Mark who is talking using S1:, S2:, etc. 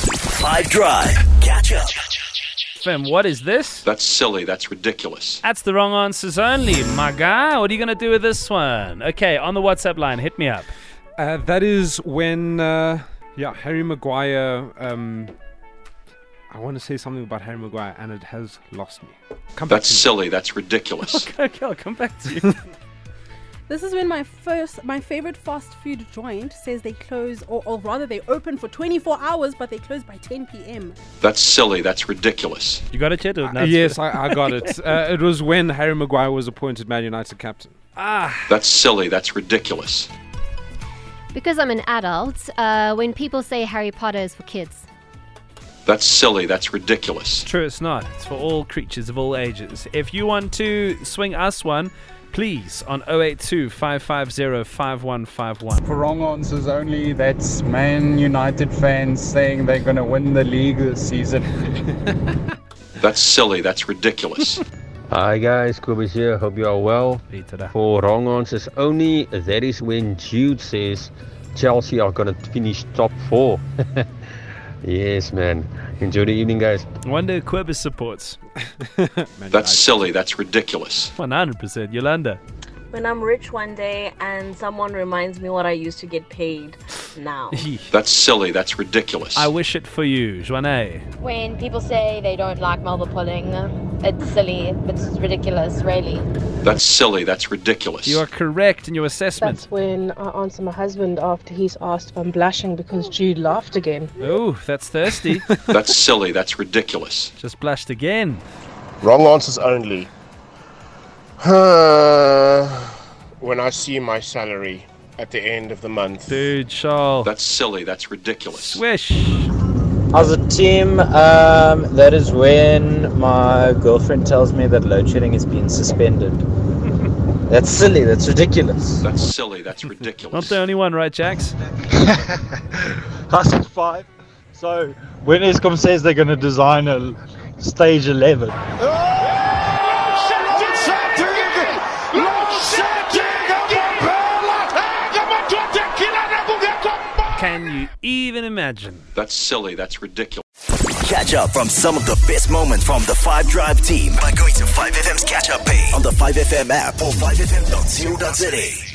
S1: Five Drive. Catch up.
S2: Finn, what is this?
S3: That's silly. That's ridiculous.
S2: That's the wrong answers only, my guy. What are you going to do with this one? Okay, on the WhatsApp line, hit me up.
S4: Uh, that is when, uh, yeah, Harry Maguire. Um, I want to say something about Harry Maguire, and it has lost me. Come back
S3: That's
S4: to me.
S3: silly. That's ridiculous.
S2: Okay, I'll come back to you.
S5: This is when my first, my favorite fast food joint says they close, or, or rather they open for 24 hours, but they close by 10 p.m.
S3: That's silly. That's ridiculous.
S2: you got it, Chet? or
S4: Uh,
S2: no?
S4: yes, I, I got it. Uh, it was when Harry Maguire was appointed Man United captain.
S3: That's silly. That's ridiculous.
S6: Because I'm an adult, uh, when people say Harry Potter is for kids,
S3: That's silly. That's ridiculous.
S2: True, it's not. It's for all creatures of all ages. If you want to swing us one, please on 082 550 5151.
S7: For wrong answers only, that's Man United fans saying they're going to win the league this season.
S3: That's silly. That's ridiculous.
S8: Hi guys, Kubis here. Hope you are well.
S2: Peter, da.
S8: For wrong answers only, that is when Jude says Chelsea are gonna finish top four. yes, man. Enjoy the evening, guys.
S2: Wonder Quibus supports.
S3: That's silly. That's ridiculous.
S2: 100% Yolanda.
S9: When I'm rich one day and someone reminds me what I used to get paid now.
S3: That's silly. That's ridiculous.
S2: I wish it for you, Joanne.
S10: When people say they don't like mulber pulling, it's silly, it's ridiculous, really.
S3: That's silly. That's ridiculous.
S2: You are correct in your assessment.
S10: when I answer my husband after he's asked if I'm blushing because Jude laughed again.
S2: Oh, that's thirsty.
S3: That's silly. That's ridiculous.
S2: Just blushed again.
S11: Wrong answers only. when I see my salary at the end of the month.
S2: Dude, Charles.
S3: That's silly. That's ridiculous.
S2: Swish.
S7: As a team, um, that is when my girlfriend tells me that load shedding has been suspended. That's silly, that's ridiculous.
S3: That's silly. That's
S2: Not
S3: ridiculous.
S2: the only one, right, Jax?
S7: That's five. So, when ESCOM says they're going to design a stage 11,
S2: Can you even imagine?
S3: That's silly. That's ridiculous.
S1: Catch up from some of the best moments from the Five Drive team by going to 5FM's catch up page on the 5FM app or 5FM.co.za.